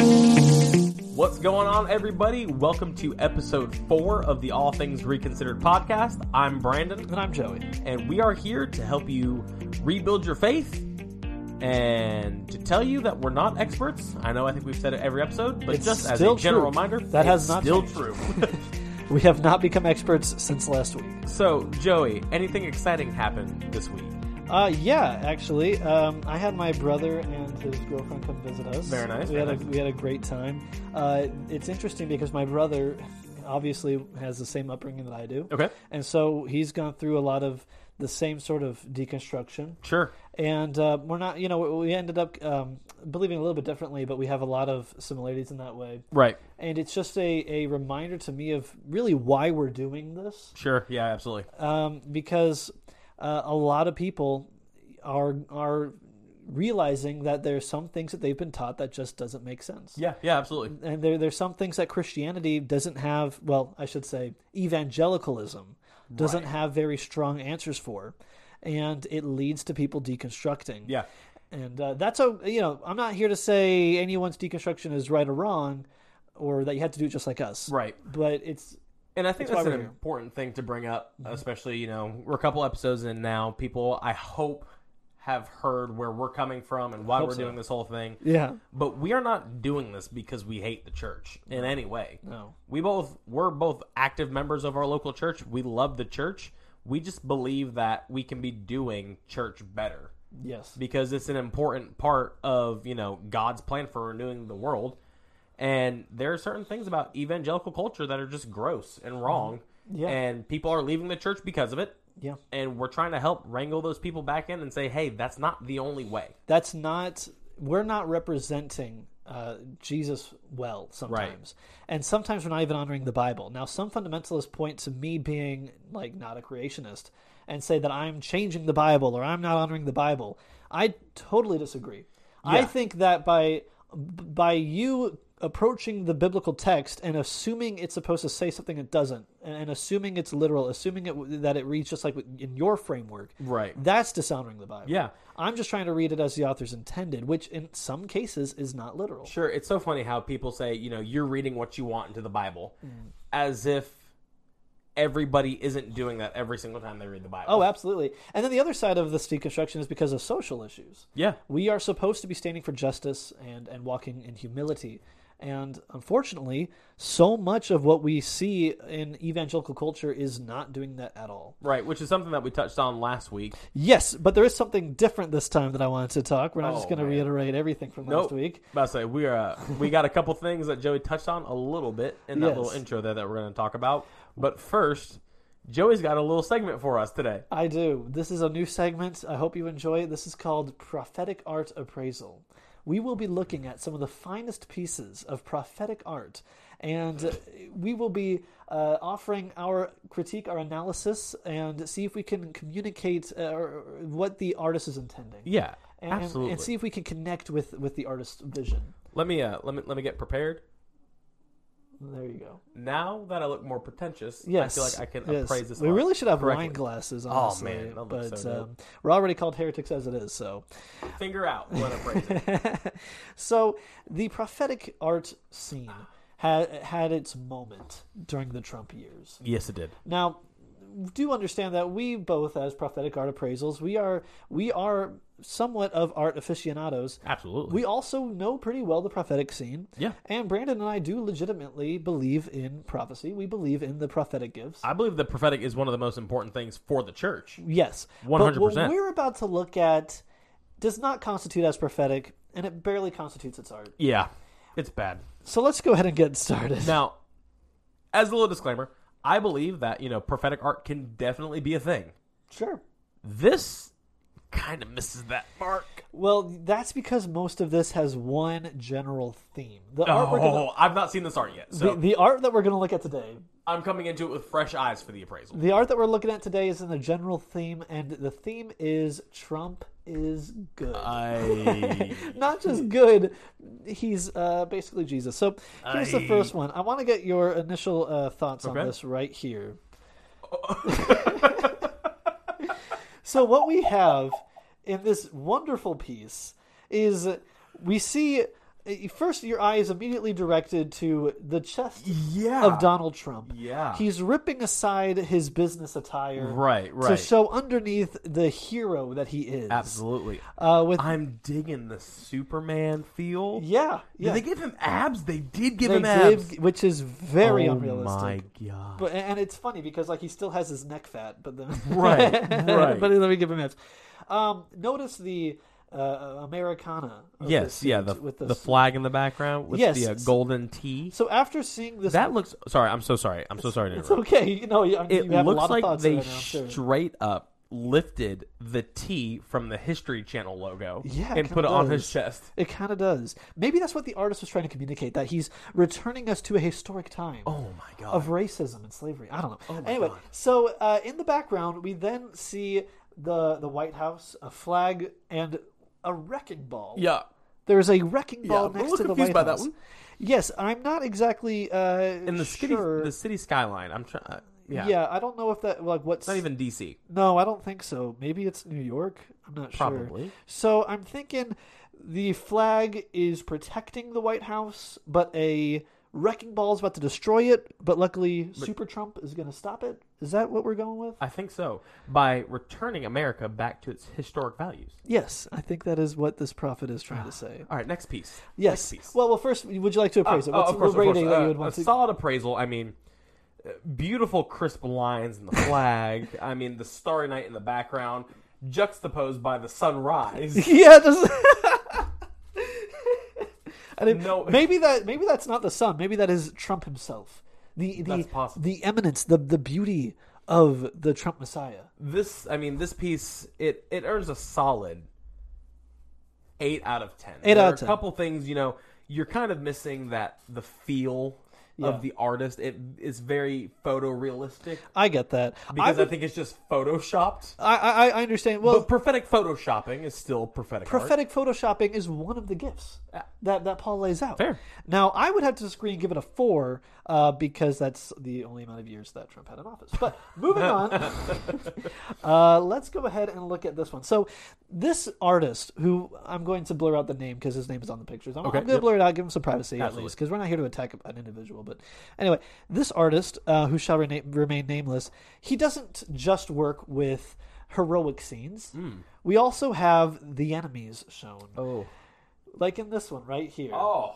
What's going on, everybody? Welcome to episode four of the All Things Reconsidered podcast. I'm Brandon, And I'm Joey. and we are here to help you rebuild your faith and to tell you that we're not experts. I know I think we've said it every episode, but It's just as still a general true. reminder, That has it's not still changed. true. We have not become experts since last week. so, Joey, anything exciting happened this week? Uh, yeah, actually, um, I had my brother and his girlfriend come visit us. Very nice, We very had nice. a we had a great time. Uh, it's interesting because my brother obviously has the same upbringing that I do. Okay, And so he's gone through a lot of the same sort of deconstruction. sure. And uh, we're not, you know, we ended up um, believing a little bit differently, but we have a lot of similarities in that way. Right, And it's just a, a reminder to me of really why we're doing this sure. Yeah, absolutely. um, because uh, a lot of people are are realizing that there's some things that they've been taught that just doesn't make sense. Yeah, yeah, absolutely. And there, there's some things that Christianity doesn't have. Well, I should say, evangelicalism doesn't have very strong answers for, and it leads to people deconstructing. Yeah. And uh, that's a you know I'm not here to say anyone's deconstruction is right or wrong, or that you have to do it just like us. Right. But it's And I think That's why that's, an we're here. important thing to bring up, especially, you know, we're a couple episodes in now. People, I hope, have heard where we're coming from and why Hope we're so. doing this whole thing. yeah. But we are not doing this because we hate the church in any way. No. We both we're both active members of our local church. We love the church. We just believe that we can be doing church better Yes. because it's an important part of you know God's plan for renewing the world. And there are certain things about evangelical culture that are just gross and wrong, Yeah. and people are leaving the church because of it. Yeah. And we're trying to help wrangle those people back in and say, hey, that's not the only way. that's not we're not representing uh, Jesus well sometimes, and sometimes we're not even honoring the Bible. Now, some fundamentalists point to me being like not a creationist and say that I'm changing the Bible or I'm not honoring the Bible. I totally disagree. I Yeah. think that by by you approaching the biblical text and assuming it's supposed to say something it doesn't, and, and assuming it's literal, assuming it, that it reads just like in your framework, Right. that's dishonoring the Bible. Yeah. I'm just trying to read it as the authors intended, which in some cases is not literal. Sure, it's so funny how people say, you know, you're reading what you want into the Bible, as if everybody isn't doing that every single time they read the Bible. Oh, absolutely. And then the other side of this deconstruction is because of social issues. yeah, We are supposed to be standing for justice and, and walking in humility. And unfortunately, so much of what we see in evangelical culture is not doing that at all. right. Which is something that we touched on last week. Yes, but there is something different this time that I wanted to talk. We're not just Oh, going to man. reiterate everything from last Nope. week. Oh, About to say we are uh, we got a couple things that Joey touched on a little bit in that Yes. little intro there that we're going to talk about. But first, Joey's got a little segment for us today. I do. This is a new segment. I hope you enjoy it. This is called Prophetic Art Appraisal. We will be looking at some of the finest pieces of prophetic art, and uh, we will be uh, offering our critique, our analysis, and see if we can communicate uh, or- or what the artist is intending. Yeah, And- and- absolutely. and see if we can connect with, with the artist's vision. let me uh, let me let me get prepared. There you go. Now that I look more pretentious, Yes, I feel like I can yes. appraise this. We art really should have correctly. Oh, wine glasses, honestly. man, that looks but so dope. um, we're already called heretics as it is, so. figure out what appraisal. so the prophetic art scene had had its moment during the Trump years. yes, it did. Now, do understand that we both, as prophetic art appraisals, we are we are somewhat of art aficionados. Absolutely. We also know pretty well the prophetic scene. Yeah. And Brandon and I do legitimately believe in prophecy. We believe in the prophetic gifts. I believe the prophetic is one of the most important things for the church. Yes, But what 100%. we're about to look at does not constitute as prophetic, and it barely constitutes its art. Yeah, it's bad. So let's go ahead and get started. Now, as a little disclaimer, I believe that, you know, prophetic art can definitely be a thing. Sure. This kind of misses that mark. Well, that's because most of this has one general theme. The art, we're gonna, Oh, I've not seen this art yet, so the, the art that we're going to look at today, I'm coming into it with fresh eyes for the appraisal. the art that we're looking at today is in the general theme, and the theme is Trump is good. I Not just good, he's uh, basically Jesus. So here's the Aye. first one. I want to get your initial uh, thoughts Okay. on this right here. so what we have in this wonderful piece is we see uh, first your eye is immediately directed to the chest yeah of Donald Trump. Yeah. He's ripping aside his business attire Right, to right. show underneath the hero that he is. Absolutely. Uh, with I'm digging the Superman feel. yeah, yeah. Did they give him abs? They did give They him abs. did, which is very oh unrealistic. my god. But and it's funny because like he still has his neck fat, but then Right, right. but let me give him abs. Um, notice the uh, Americana. of yes, this yeah, suit the, with the, flag in the background with Yes, the uh, it's- golden T. So after seeing this, That looks. Sorry, I'm so sorry. I'm so sorry to it's interrupt. okay. You know, you, I mean, It you have a lot looks of like thoughts they right now, sure. straight up lifted the T from the History Channel logo Yeah, it and put it kinda on his does. chest. It kind of does. Maybe that's what the artist was trying to communicate that he's returning us to a historic time. Oh my god. Of racism and slavery. I don't know. Oh anyway, so uh, in the background, we then see the the White House, a flag, and a wrecking ball. yeah. There is a wrecking I'm ball a next little to the confused White by that House. one. Yes, I'm not exactly uh, In the city, sure. the city skyline. I'm trying. Yeah. yeah. I don't know if that like what's Not even DC. No, I don't think so. Maybe it's New York. I'm not Probably. sure. So I'm thinking the flag is protecting the White House, but a wrecking ball is about to destroy it. But luckily, Super Trump is going to stop it. Is that what we're going with? I think so. By returning America back to its historic values. Yes, I think that is what this prophet is trying to say. All right, next piece. Yes. Ah, piece. Ah. Well, well, first, would you like to appraise it? Oh, What's of course, the of course. rating that Uh, you would want a to? solid appraisal. I mean, uh, beautiful, crisp lines in the flag. I mean, the starry night in the background, juxtaposed by the sunrise. yeah. Just... I didn't- No. Maybe that. Maybe that's not the sun. Maybe that is Trump himself. The the That's possible. the eminence, the the beauty of the Trump Messiah. This, I mean, this piece it it earns a solid eight out of ten. Eight there out are of 10. a couple things, you know, you're kind of missing that the feel Yeah. of the artist. It is very photorealistic I get that. I, because I would, think it's just photoshopped. I, I I understand. Well, But prophetic photoshopping is still prophetic. art. prophetic photoshopping is one of the gifts that that Paul lays out. Fair. Now, I would have to disagree and give it a four uh, because that's the only amount of years that Trump had in office. But moving on, uh, let's go ahead and look at this one. So, this artist, who I'm going to blur out the name because his name is on the pictures, I'm, I'm going to blur it out, give him some privacy at Absolutely. least because we're not here to attack an individual. But anyway, this artist, uh, who shall rena- remain nameless, he doesn't just work with heroic scenes. Hmm. We also have the enemies shown, Oh. like in this one right here. Oh.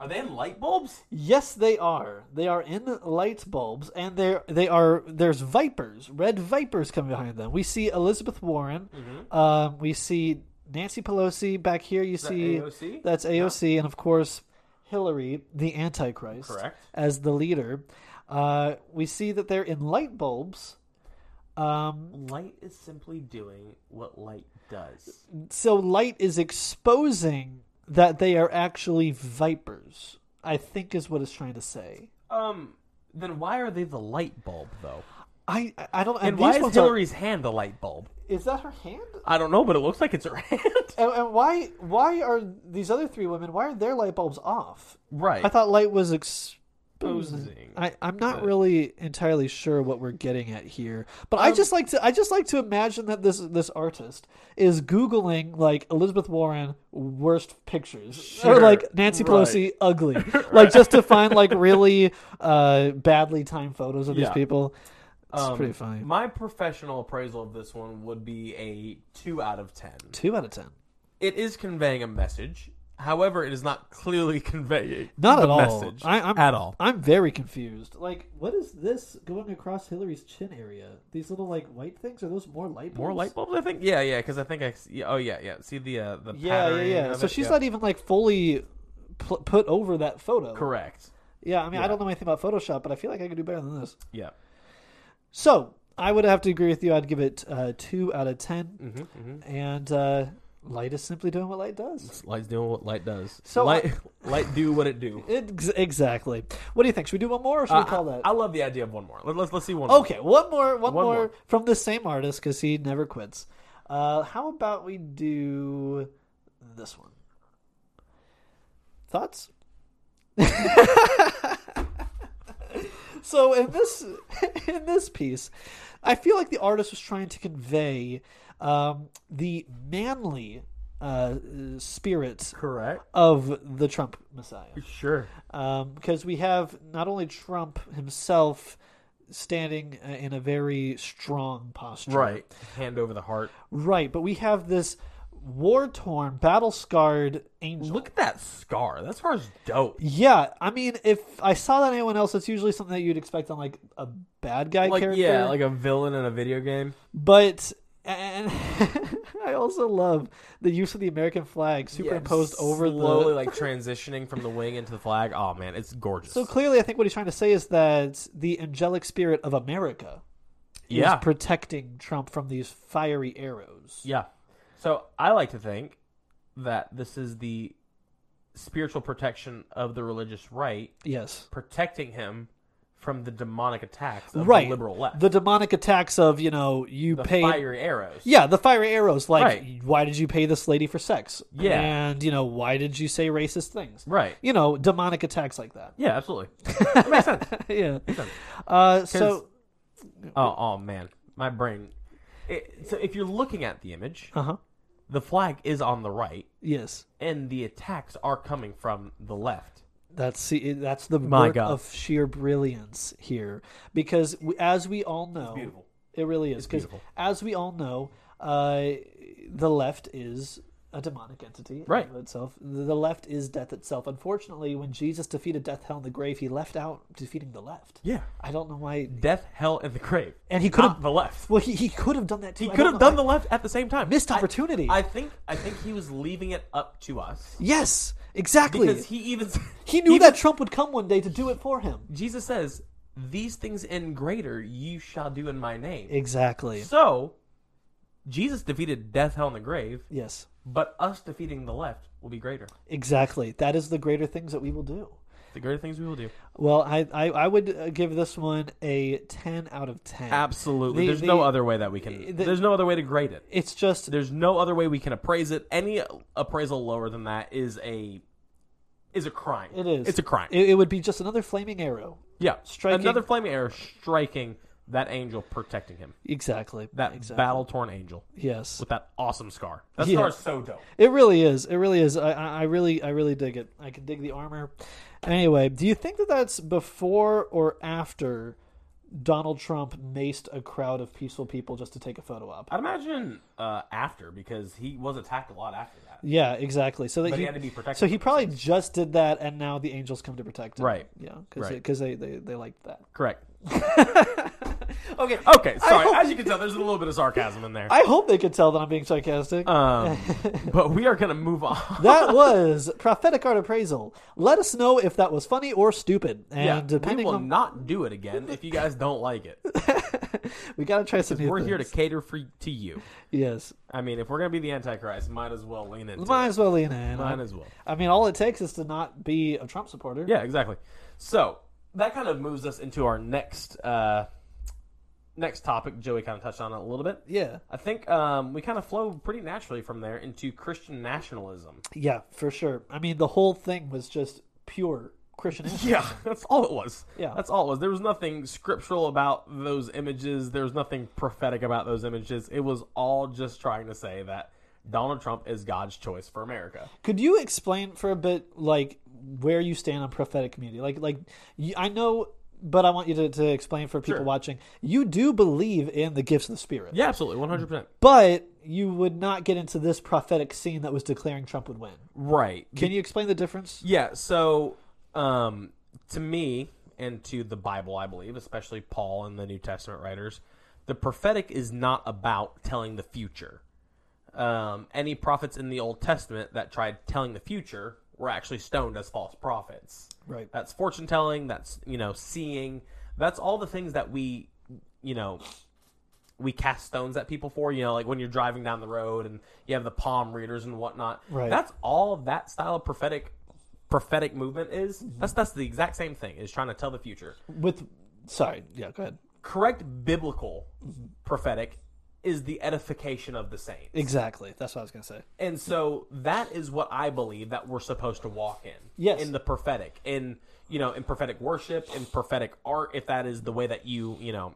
Are they in light bulbs? Yes, they are. They are in light bulbs, and they they are there's vipers, red vipers coming behind them. We see Elizabeth Warren. Mm-hmm. Um, we see Nancy Pelosi back here. You see AOC? that's AOC, and of course Hillary, the Antichrist, Correct. as the leader. Uh, we see that they're in light bulbs. Um, Light is simply doing what light does. so light is exposing that they are actually vipers. I think is what it's trying to say. Um, then why are they the light bulb though? I I- I don't. And these why is ones are- Hillary's hand the light bulb? Is that her hand? I don't know, but it looks like it's her hand. And, and why why are these other three women? Why are their light bulbs off? Right. I thought light was exposing. Exposing. I, I'm not really entirely sure what we're getting at here, but I just like to I just like to imagine that this this artist is googling like Elizabeth Warren worst pictures or Sure. like Nancy Pelosi ugly, like just to find like really uh, badly timed photos of these Yeah. people. It's Um, pretty funny. My professional appraisal of this one would be a two out of ten. Two out of ten. It is conveying a message. However, it is not clearly conveying Not the at all. message I, I'm, at all. I'm very confused. Like, what is this going across Hillary's chin area? These little like white things are those more light? More bulbs? light bulbs, I think. Yeah, yeah. Because I think I. s- Yeah, oh, yeah, yeah. See the uh, the Yeah, yeah, patterning yeah. of So it? she's Yeah. not even like fully pl- put over that photo. correct. Yeah, I mean, I don't know anything about Photoshop, but I feel like I could do better than this. Yeah. So I would have to agree with you. I'd give it uh, two out of 10 Mm-hmm, mm-hmm. And uh, light is simply doing what light does. Light's doing what light does. So, light, light do what it do. Ex- exactly. What do you think? Should we do one more? or Should Uh, we call that? I, I love the idea of one more. Let, let's let's see one. more. okay, one more. One, One more, more. from the same artist because he never quits. Uh, how about we do this one? Thoughts? so in this in this piece, I feel like the artist was trying to convey um, the manly uh, spirit Correct. of the Trump Messiah Sure. um, because we have not only Trump himself standing uh, in a very strong posture, Right. Hand over the heart. right, but we have this war-torn, battle-scarred angel. Look at that scar. That scar's dope. yeah, I mean, if I saw that on anyone else, it's usually something that you'd expect on like a bad guy Like character. yeah, like a villain in a video game. but and I also love the use of the American flag superimposed over slowly the. like transitioning from the wing into the flag. Oh man, it's gorgeous. So clearly, I think what he's trying to say is that the angelic spirit of America yeah, is protecting Trump from these fiery arrows. yeah. So I like to think that this is the spiritual protection of the religious right, Yes. protecting him from the demonic attacks of Right. the liberal left, The demonic attacks of, you know, you the pay fiery arrows. Yeah, the fiery arrows like Right. why did you pay this lady for sex? Yeah. And, you know, why did you say racist things? right. You know, demonic attacks like that. Yeah, absolutely. yeah. Uh so Oh, oh man, my brain. It, so if you're looking at the image, Uh-huh. the flag is on the right, Yes. and the attacks are coming from the left. That's see, that's the My work God. of sheer brilliance here, because we, as we all know, beautiful. it really is. Because beautiful. as we all know, uh, the left is a demonic entity in Right. of itself. The left is death itself. Unfortunately, when Jesus defeated death, hell, and the grave, he left out defeating the left. Yeah. I don't know why. Death, hell, and the grave. And he could Not have. the left. Well, he, he could have done that too. Ah. He could have done the left at the same time. missed I- opportunity. I think. I think he was leaving it up to us yes, exactly. because he even he knew even- that Trump would come one day to do it for him. Jesus says, "These things in greater you shall do in my name." Exactly. So, Jesus defeated death, hell, and the grave, Yes. but us defeating the left will be greater. Exactly. That is the greater things that we will do. The greater things we will do. Well, I I, I would uh, give this one a ten out of ten. Absolutely. The- there's the- no other way that we can. the- there's no other way to grade it. It's just There's no other way we can appraise it. Any appraisal lower than that is a is a crime. it is. It's a crime. It, it would be just another flaming arrow. yeah. striking- Another flaming arrow striking that angel, protecting him. Exactly. That exactly. battle torn angel Yes. with that awesome scar. That Yeah. scar is so dope. It really is. It really is. I, I I really I really dig it. I can dig the armor. Anyway, do you think that that's before or after Donald Trump maced a crowd of peaceful people just to take a photo op? I'd imagine uh, after because he was attacked a lot after that. Yeah, exactly. So that But he had to be protected So he from probably just did that, and now the angels come to protect him. Right. Yeah, because Right. they, they they liked that. Correct. Okay. Okay, sorry. hope- As you can tell, there's a little bit of sarcasm in there. I hope they could tell that I'm being sarcastic. Um, but we are going to move on. that was prophetic art appraisal. Let us know if that was funny or stupid, and Yeah, we depending will on not do it again if you guys don't like it. we gotta try some. New We're here to things. cater for to you. yes. I mean, if we're gonna be the Antichrist, might as well lean into Might it. as well lean in. Might as well. I mean, all it takes is to not be a Trump supporter. Yeah, exactly. So that kind of moves us into our next uh, next topic. Joey kind of touched on it a little bit. Yeah. I think um, we kind of flow pretty naturally from there into Christian nationalism. Yeah, for sure. I mean, the whole thing was just pure Christian. Yeah, that's all it was. Yeah. that's all it was. There was nothing scriptural about those images. There was nothing prophetic about those images. It was all just trying to say that Donald Trump is God's choice for America. Could you explain for a bit, like where you stand on prophetic community? Like, like you, I know, but I want you to, to explain for people Sure. watching. You do believe in the gifts of the Spirit, Yeah, absolutely, one hundred percent. but you would not get into this prophetic scene that was declaring Trump would win. Right. Can you explain the difference? Yeah. So, um, to me and to the Bible, I believe, especially Paul and the New Testament writers, the prophetic is not about telling the future. Um, any prophets in the Old Testament that tried telling the future were actually stoned as false prophets. Right. That's fortune telling. That's you know seeing. That's all the things that we you know we cast stones at people for. You know, like when you're driving down the road and you have the palm readers and whatnot. Right. That's all that style of prophetic prophetic movement is. That's that's the exact same thing. Is trying to tell the future. With sorry, yeah, go ahead. Correct biblical prophetic is the edification of the saint. Exactly. That's what I was gonna say. And so that is what I believe that we're supposed to walk in. Yes. In the prophetic, in you know, in prophetic worship, in prophetic art, if that is the way that you, you know,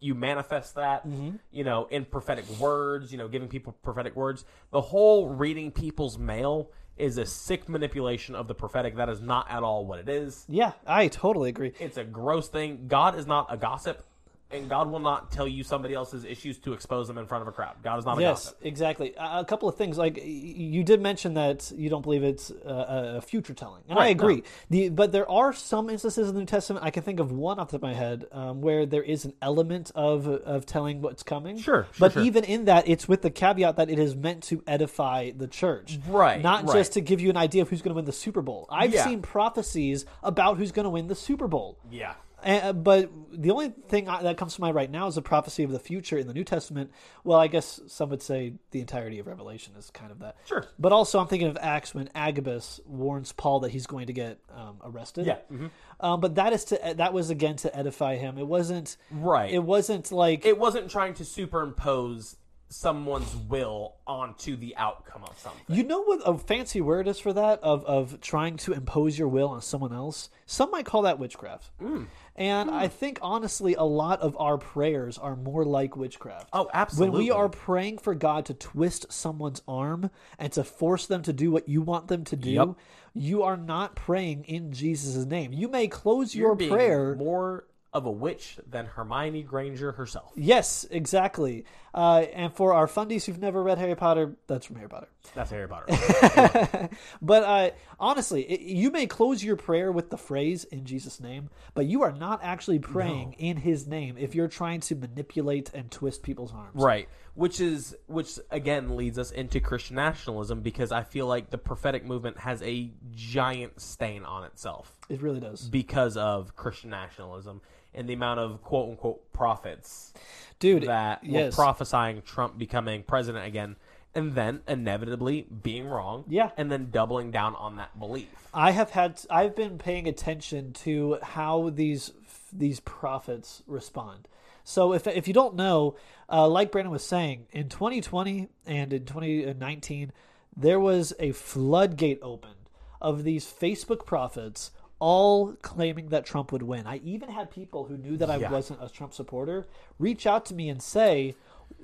you manifest that, Mm-hmm. you know, in prophetic words, you know, giving people prophetic words. The whole reading people's mail is a sick manipulation of the prophetic. That is not at all what it is. Yeah, I totally agree. It's a gross thing. God is not a gossip, and God will not tell you somebody else's issues to expose them in front of a crowd. God is not a gossip. Yes, exactly. A a couple of things like y- you did mention that you don't believe it's uh, a future telling, and I Right, agree. The, but there are some instances in the New Testament. I can think of one off the top of my head um, where there is an element of of telling what's coming. Sure, sure, but sure. even in that, it's with the caveat that it is meant to edify the church, Right, Not right. just to give you an idea of who's going to win the Super Bowl. I've Yeah. seen prophecies about who's going to win the Super Bowl. Yeah. Uh, but the only thing I, that comes to mind right now is the prophecy of the future in the New Testament. Well, I guess some would say the entirety of Revelation is kind of that. Sure. But also, I'm thinking of Acts when Agabus warns Paul that he's going to get um, arrested. Yeah. mm-hmm. Um, but that is to that was again to edify him. It wasn't Right. It wasn't like it wasn't trying to superimpose someone's will onto the outcome of something. You know what a fancy word is for that of of trying to impose your will on someone else. Some might call that witchcraft. Mm. And Hmm. I think honestly, a lot of our prayers are more like witchcraft. Oh, When absolutely. we are praying for God to twist someone's arm and to force them to do what you want them to do, Yep. you are not praying in Jesus' name. You may close your being prayer more of a witch than Hermione Granger herself. Yes, exactly. Uh, and for our fundies who've never read Harry Potter, that's from Harry Potter. That's Harry Potter. But uh, honestly, i you may close your prayer with the phrase "in Jesus' name," but you are not actually praying in His name if you're trying to manipulate and twist people's arms. right. Which is which again leads us into Christian nationalism because I feel like the prophetic movement has a giant stain on itself It really does, because of Christian nationalism and the amount of quote unquote prophets dude. that were yes, prophesying Trump becoming president again, and then inevitably being wrong. Yeah. and then doubling down on that belief. I have had. I've been paying attention to how these these prophets respond. So if if you don't know, uh, like Brandon was saying, in 2020 and in 2019, there was a floodgate opened of these Facebook prophets all claiming that Trump would win. I even had people who knew that I Yeah. wasn't a Trump supporter reach out to me and say,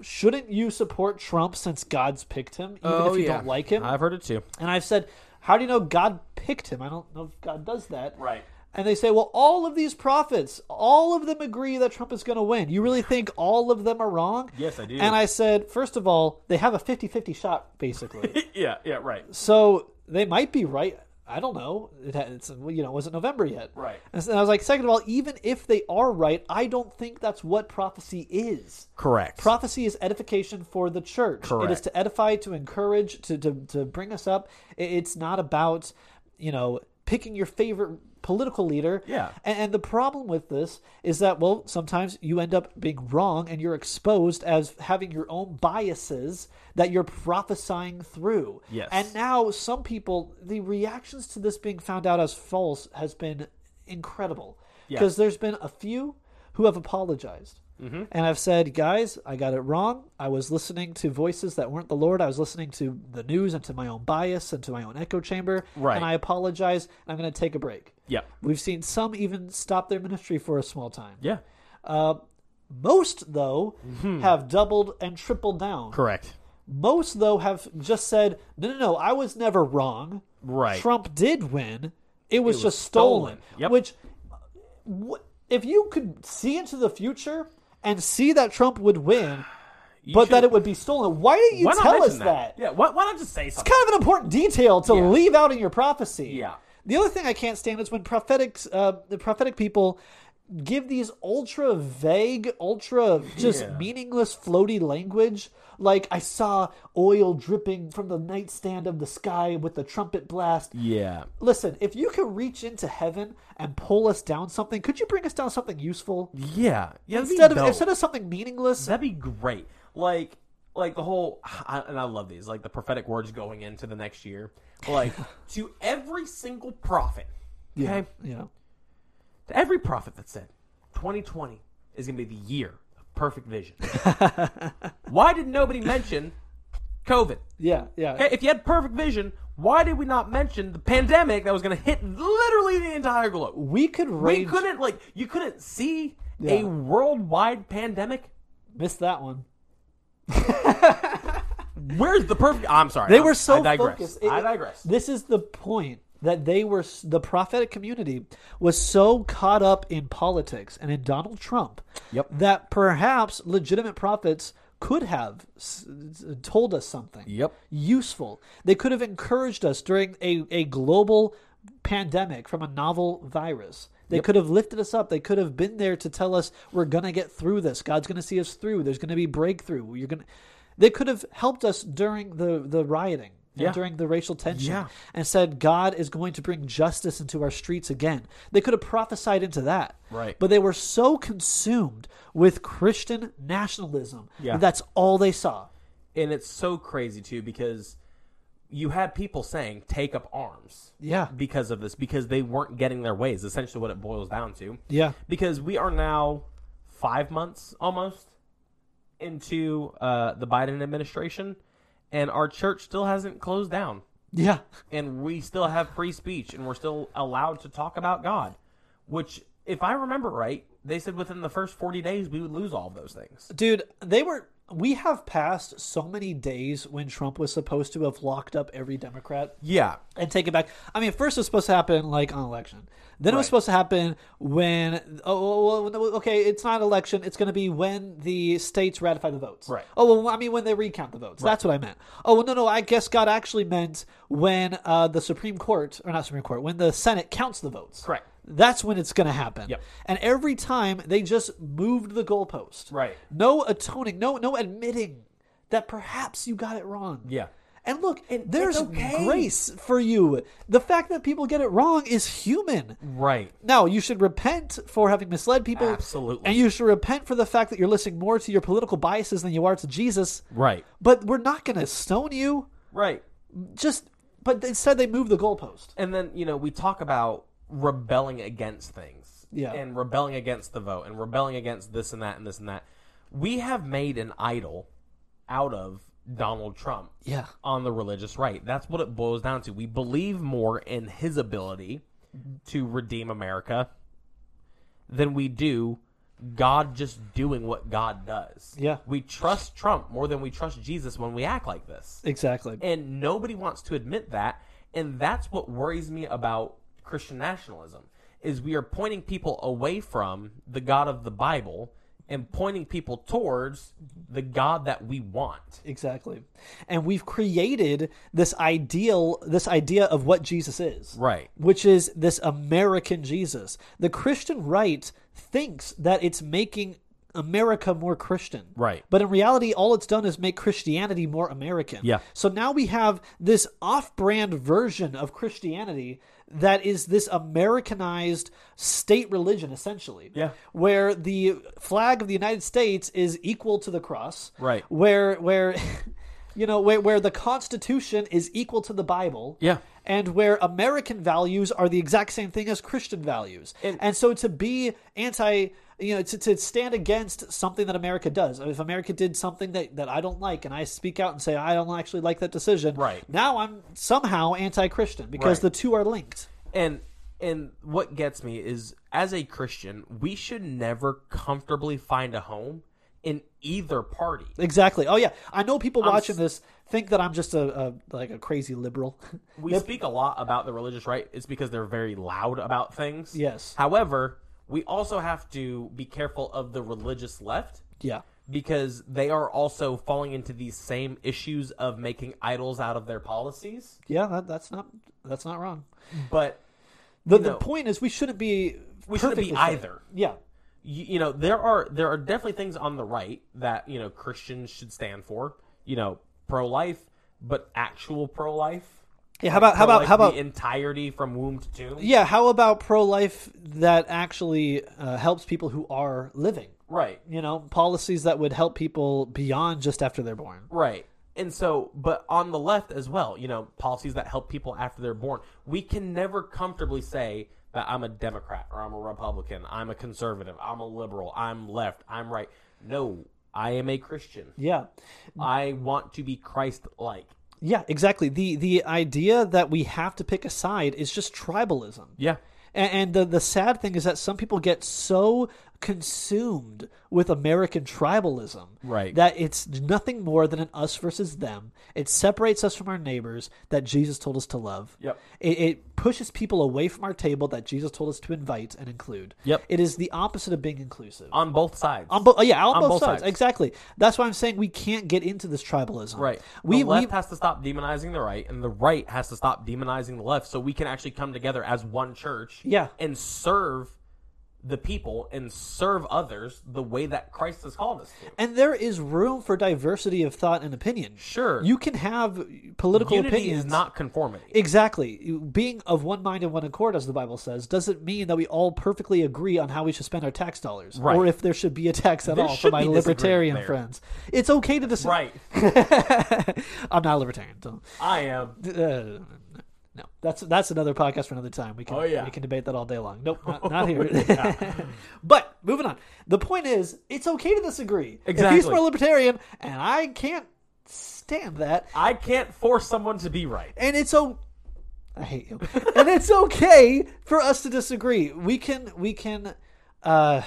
"Shouldn't you support Trump since God's picked him, even if you don't like him?" I've heard it too. And I've said, How do you know God picked him? I don't know if God does that. Right. And they say, Well, all of these prophets, all of them agree that Trump is going to win. You really think all of them are wrong? Yes, I do. And I said, First of all, they have a 50 50 shot, basically. Yeah, yeah, right. so they might be right. I don't know. It ha- it's, well, you know, it wasn't November yet. Right. And so- and I was like, Second of all, even if they are right, I don't think that's what prophecy is. Correct. Prophecy is edification for the church. It is Correct. to edify, to encourage, to, to, to bring us up. I- It's not about, you know, picking your favorite political leader. Yeah. And, and the problem with this is that, well, sometimes you end up being wrong and you're exposed as having your own biases that you're prophesying through. Yes. And now some people, the reactions to this being found out as false has been incredible. Yeah. Because there's been a few who have apologized. Mm-hmm. And I've said, guys, I got it wrong. I was listening to voices that weren't the Lord. I was listening to the news and to my own bias and to my own echo chamber. Right. And I apologize. And I'm going to take a break. Yep. We've seen some even stop their ministry for a small time. Yeah. Mm-hmm. Uh, most, though, have doubled and tripled down. Correct. Most, though, have just said, no, no, no, I was never wrong. Right. Trump did win. It was, was just stolen. stolen. Yep. Which, wh- if you could see into the future and see that Trump would win, but that it would be stolen, why didn't you why not tell mention us that? Yeah. Why, why not just say something? Kind of an important detail to Yeah. leave out in your prophecy. Yeah. The other thing I can't stand is when prophetic, uh, the prophetic people give these ultra vague, ultra just Yeah. meaningless, floaty language. Like I saw oil dripping from the nightstand of the sky with the trumpet blast. Yeah. Listen, if you could reach into heaven and pull us down something, could you bring us down something useful Yeah. Yeah. that'd be instead of dope. instead of something meaningless? That'd be great. Like, like the whole, I, and I love these, like the prophetic words going into the next year. Like, to every single prophet, okay? Yeah. To every prophet that said 2020 is going to be the year of perfect vision. why did nobody mention COVID? Yeah. Yeah. Okay, if you had perfect vision, why did we not mention the pandemic that was going to hit literally the entire globe? We could We rage. couldn't, like, you couldn't see Yeah. a worldwide pandemic. Missed that one. Where's the perfect? I'm sorry. They I- were so I digress. focused. I It- digress. This is the point that they were the prophetic community was so caught up in politics and in Donald Trump Yep. that perhaps legitimate prophets could have s- told us something Yep. useful. They could have encouraged us during a, a global pandemic from a novel virus. They could have lifted us up. They could have been there to tell us we're going to get through this. God's going to see us through. There's going to be breakthrough. You're going to They could have helped us during the the rioting. and Yeah. During the racial tension, Yeah. and said God is going to bring justice into our streets again. They could have prophesied into that, Right. But they were so consumed with Christian nationalism Yeah. that that's all they saw. And it's so crazy too because you had people saying take up arms Yeah, because of this because they weren't getting their ways. Essentially, what it boils down to. yeah. Because we are now five months almost into uh, the Biden administration, and our church still hasn't closed down. Yeah. and we still have free speech and we're still allowed to talk about God, which, if I remember right, they said within the first 40 days we would lose all of those things. Dude, they were we have passed so many days when Trump was supposed to have locked up every Democrat Yeah. and take it back. I mean, first it was supposed to happen like on election. Then it Right. was supposed to happen when oh, oh, oh, okay, it's not election. It's going to be when the states ratify the votes. Right. Oh well, I mean when they recount the votes. That's what I meant. Oh well, no, no. I guess God actually meant when uh, the Supreme Court or not Supreme Court when the Senate counts the votes. Correct. That's when it's going to happen. Yep. And every time they just moved the goalpost. Right. No atoning. No no admitting that perhaps you got it wrong. Yeah. And look, there's okay. grace for you. The fact that people get it wrong is human. Right. Now, you should repent for having misled people. Absolutely. And you should repent for the fact that you're listening more to your political biases than you are to Jesus. Right. But we're not going to stone you. Right. Just, but instead they move the goalpost. And then, you know, we talk about rebelling against things. Yeah. And rebelling against the vote and rebelling against this and that and this and that. We have made an idol out of Donald Trump. Yeah. on the religious right. That's what it boils down to. We believe more in his ability to redeem America than we do God just doing what God does. Yeah. We trust Trump more than we trust Jesus when we act like this. Exactly. And nobody wants to admit that, and that's what worries me about Christian nationalism is we are pointing people away from the God of the Bible and pointing people towards the God that we want. Exactly. And we've created this ideal, this idea of what Jesus is. Right. Which is this American Jesus. The Christian right thinks that it's making America more Christian. Right. But in reality, all it's done is make Christianity more American. Yeah. So now we have this off brand version of Christianity that is this Americanized state religion, essentially. Yeah. Where the flag of the United States is equal to the cross Right. where where you know where, where the constitution is equal to the bible Yeah. and where american values are the exact same thing as christian values and, so to be anti you know to, to stand against something that america does if america did something that, that i don't like and i speak out and say i don't actually like that decision Right. now i'm somehow anti-christian because Right. the two are linked and and what gets me is as a christian we should never comfortably find a home in either party exactly oh yeah i know people watching this think that i'm just a, a like a crazy liberal we speak a lot about the religious right it's because they're very loud about things Yes. however we also have to be careful of the religious left yeah because they are also falling into these same issues of making idols out of their policies yeah that, that's not that's not wrong but The, you the know. point is, we shouldn't be we shouldn't be perfectly fair. either. Yeah. you, you know there are there are definitely things on the right that you know Christians should stand for. You know, pro life, but actual pro life. Yeah. How about how about how about the entirety from womb to tomb? yeah? How about pro life that actually uh, helps people who are living? Right, You know, policies that would help people beyond just after they're born. right. And so, but on the left as well, you know, policies that help people after they're born. We can never comfortably say that I'm a Democrat or I'm a Republican, I'm a conservative, I'm a liberal, I'm left, I'm right. No, I am a Christian. Yeah. I want to be Christ like. Yeah. Exactly. The the idea that we have to pick a side is just tribalism. Yeah. And, and the, the sad thing is that some people get so consumed with American tribalism Right. that it's nothing more than an us versus them. It separates us from our neighbors that Jesus told us to love. Yep. It, it pushes people away from our table that Jesus told us to invite and include. Yep. It is the opposite of being inclusive. On both sides. On bo- yeah, on, both, both sides. sides. Exactly. That's why I'm saying we can't get into this tribalism. Right. We, the left we has to stop demonizing the right, and the right has to stop demonizing the left, so we can actually come together as one church. Yeah. And serve the people and serve others the way that Christ has called us to. and there is room for diversity of thought and opinion. Sure. You can have political Unity is opinions. not conformity. Exactly. Being of one mind and one accord, as the Bible says, doesn't mean that we all perfectly agree on how we should spend our tax dollars, Right. or if there should be a tax at There all. For should my be disagreement libertarian there. friends, it's okay to disagree. right. I'm not a libertarian. So, I am. uh, no, that's that's another podcast for another time. We can Oh, yeah. we can debate that all day long. Nope, not, not here. but moving on. The point is, it's okay to disagree. If Exactly. he's for a libertarian, and I can't stand that, I can't force someone to be right. and it's o I hate you. and it's okay for us to disagree. We can we can uh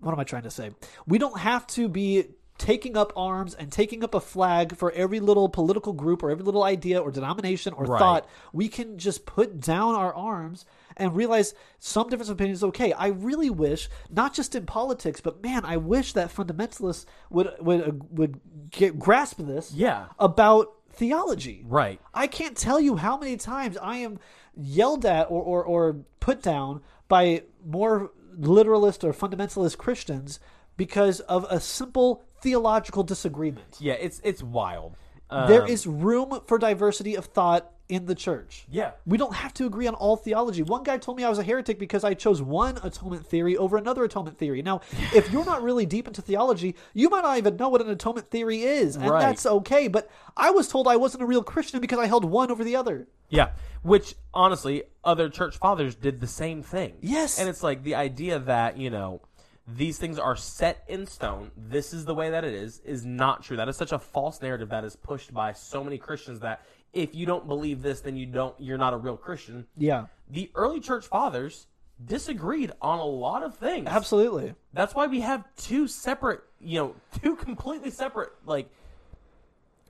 what am I trying to say? We don't have to be taking up arms and taking up a flag for every little political group or every little idea or denomination or Right. thought. We can just put down our arms and realize some difference of opinion is okay. I really wish, not just in politics, but man, I wish that fundamentalists would would would get, grasp this Yeah. about theology. Right. I can't tell you how many times I am yelled at or, or, or put down by more literalist or fundamentalist Christians because of a simple theological disagreement. Yeah, it's it's wild. Um, there is room for diversity of thought in the church. Yeah. We don't have to agree on all theology. One guy told me I was a heretic because I chose one atonement theory over another atonement theory. Now, if you're not really deep into theology, you might not even know what an atonement theory is, and Right. that's okay. But I was told I wasn't a real Christian because I held one over the other. Yeah, which honestly, other church fathers did the same thing. Yes. and it's like the idea that you know these things are set in stone. This is the way that it is is not true. That is such a false narrative that is pushed by so many Christians that if you don't believe this, then you don't. You're not a real Christian. Yeah, The early church fathers disagreed on a lot of things. absolutely. That's why we have two separate, you know, two completely separate like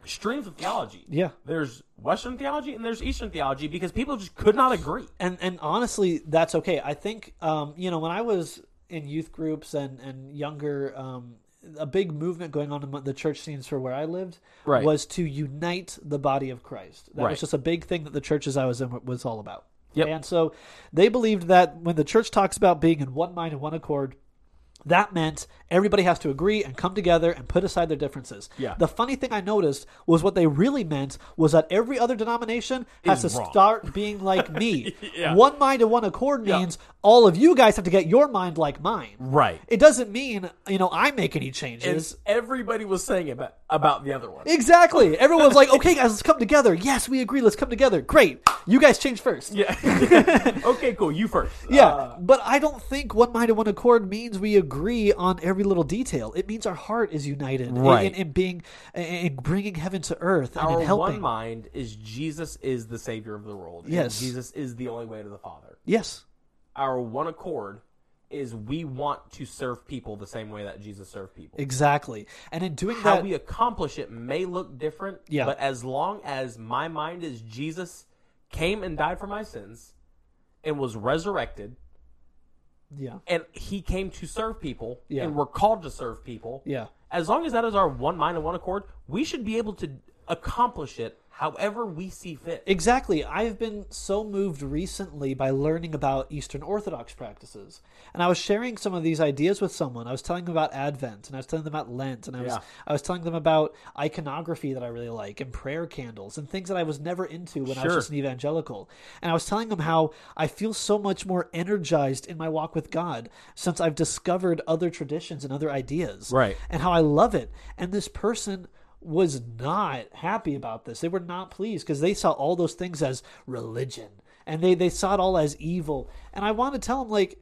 streams of theology. Yeah. There's Western theology and there's Eastern theology because people just could not agree. And and honestly, that's okay. I think um, you know when I was in youth groups and and younger, um, a big movement going on in the church scenes for where I lived Right. was to unite the body of Christ. That Right. was just a big thing that the churches I was in was all about. Yep. And so they believed that when the church talks about being in one mind and one accord, that meant everybody has to agree and come together and put aside their differences. Yeah. The funny thing I noticed was what they really meant was that every other denomination has Is to wrong. start being like me. Yeah. One mind and one accord means all of you guys have to get your mind like mine. Right. It doesn't mean, you know, I make any changes. Is everybody was saying about, about the other one. Exactly. Everyone's like, okay, guys, let's come together. Yes, we agree. Let's come together. Great. You guys change first. Yeah. okay, cool. You first. Yeah, Uh, but I don't think one mind and one accord means we agree on every little detail. It means our heart is united in- Right. in, in, being in bringing heaven to earth and Uh, our in helping. one mind is Jesus is the savior of the world. and Yes. Jesus is the only way to the Father. Yes, Our one accord is we want to serve people the same way that Jesus served people. exactly. And in doing how that, we accomplish it may look different, Yeah. but as long as my mind is Jesus came and died for my sins and was resurrected yeah, and he came to serve people Yeah. and we're called to serve people. yeah, As long as that is our one mind and one accord, we should be able to accomplish it however we see fit. Exactly. I've been so moved recently by learning about Eastern Orthodox practices. And I was sharing some of these ideas with someone. I was telling them about Advent and I was telling them about Lent and I was Yeah. I was telling them about iconography that I really like and prayer candles and things that I was never into when I was Sure. just an evangelical. And I was telling them how I feel so much more energized in my walk with God since I've discovered other traditions and other ideas Right. and how I love it. And this person was not happy about this. They were not pleased because they saw all those things as religion and they, they saw it all as evil. And I want to tell them, like,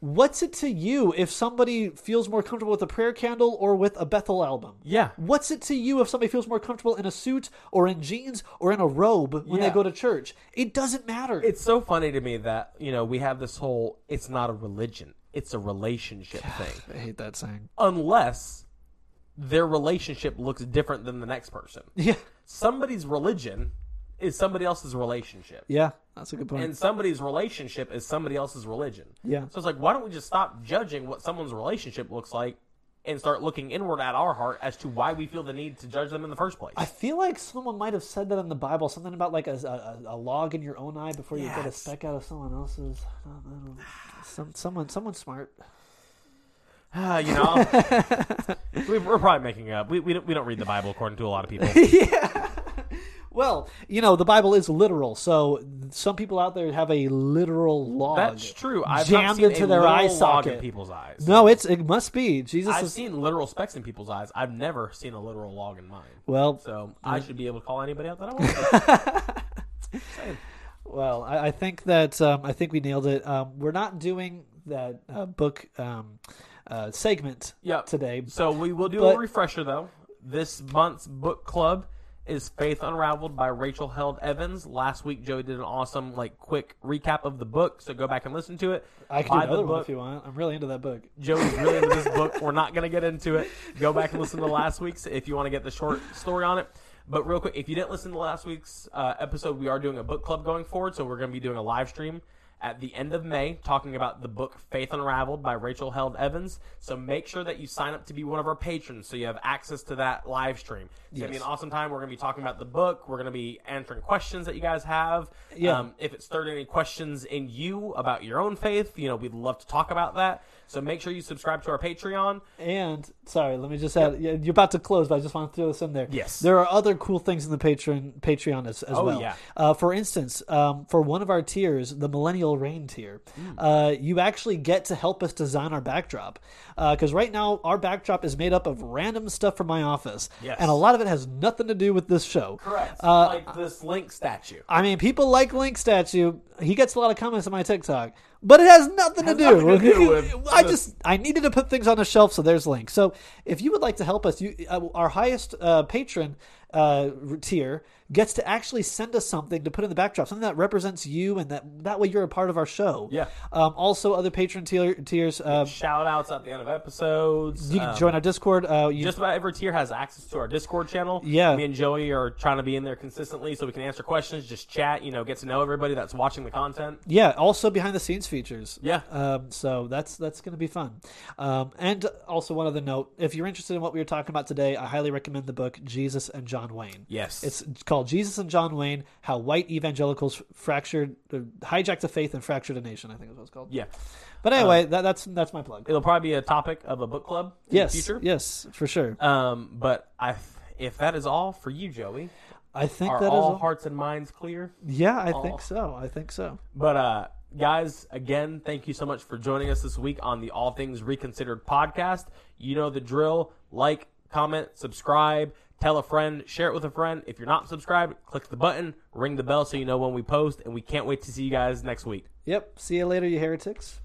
what's it to you if somebody feels more comfortable with a prayer candle or with a Bethel album? Yeah. What's it to you if somebody feels more comfortable in a suit or in jeans or in a robe when Yeah. they go to church? It doesn't matter. It's so funny to me that, you know, we have this whole it's not a religion, it's a relationship thing. I hate that saying. Unless their relationship looks different than the next person. Yeah. Somebody's religion is somebody else's relationship. Yeah. That's a good point. And somebody's relationship is somebody else's religion. Yeah. So it's like, why don't we just stop judging what someone's relationship looks like and start looking inward at our heart as to why we feel the need to judge them in the first place? I feel like someone might have said that in the Bible, something about like a, a, a log in your own eye before you get a Yes. speck out of someone else's. I don't, I don't, some someone someone smart. Ah, you know, we, we're probably making up. We, we, don't, we don't read the Bible according to a lot of people. Well, you know the Bible is literal, so some people out there have a literal log. That's true. I've jammed not seen into a their literal eye log socket. in people's eyes. No, it's it must be Jesus. I've is, seen literal specks in people's eyes. I've never seen a literal log in mine. well, So I should be able to call anybody out that I want. Well, I, I think that um, I think we nailed it. Um, we're not doing that uh, book um, uh, segment Yep. today. so we will do But- a refresher though. This month's book club is Faith Unraveled by Rachel Held Evans. Last week Joey did an awesome like quick recap of the book, so go back and listen to it. I can do Buy another the one book. if you want. I'm really into that book. Joey's really into this book. We're not going to get into it. Go back and listen to last week's if you want to get the short story on it. But real quick, if you didn't listen to last week's uh, episode, we are doing a book club going forward. So we're going to be doing a live stream at the end of May talking about the book Faith Unraveled by Rachel Held Evans. So make sure that you sign up to be one of our patrons so you have access to that live stream. It's going to be Yes. an awesome time. We're going to be talking about the book. We're going to be answering questions that you guys have. Yeah. Um, if it stirred any questions in you about your own faith, you know, we'd love to talk about that. So make sure you subscribe to our Patreon. And sorry, let me just add. yeah, You're about to close, but I just want to throw this in there. Yes. there are other cool things in the Patreon Patreon as, as Oh, well. yeah. Uh, for instance, um, for one of our tiers, the Millennial Rain tier, Mm. uh, you actually get to help us design our backdrop. Because right now, our backdrop is made up of random stuff from my office, Yes. and a lot of it has nothing to do with this show. Correct. Uh, like this Link statue. I mean, people like Link Statue. He gets a lot of comments on my TikTok, but it has nothing to do. nothing to do with I the- just I needed to put things on a shelf, so there's Link. So if you would like to help us, you uh, our highest uh, patron uh, tier gets to actually send us something to put in the backdrop, something that represents you, and that that way you're a part of our show. Yeah. Um, also, other patron tier, tiers, uh, Shout outs at the end of episodes. you can Um, join our Discord. Uh, you, just about every tier has access to our Discord channel. Yeah. Me and Joey are trying to be in there consistently so we can answer questions, just chat, you know, get to know everybody that's watching the content. yeah, also behind the scenes features. Yeah. Um, so that's that's going to be fun. Um, and also one other note: if you're interested in what we were talking about today, I highly recommend the book Jesus and John Wayne. Yes. it's called Jesus and John Wayne: How White Evangelicals Fractured, uh, Hijacked the Faith and Fractured a Nation. I think is what it's called. Yeah. But anyway, that, that's that's my plug. It'll probably be a topic of a book club in yes, the future. yes, for sure. Um, but I, if that is all for you, Joey, I think are that is all all. hearts and minds clear? Yeah, I all- think so. I think so. But uh guys, again, thank you so much for joining us this week on the All Things Reconsidered podcast. You know the drill. Like, comment, subscribe, tell a friend, share it with a friend. If you're not subscribed, click the button, ring the bell so you know when we post, and we can't wait to see you guys next week. Yep. See you later, you heretics.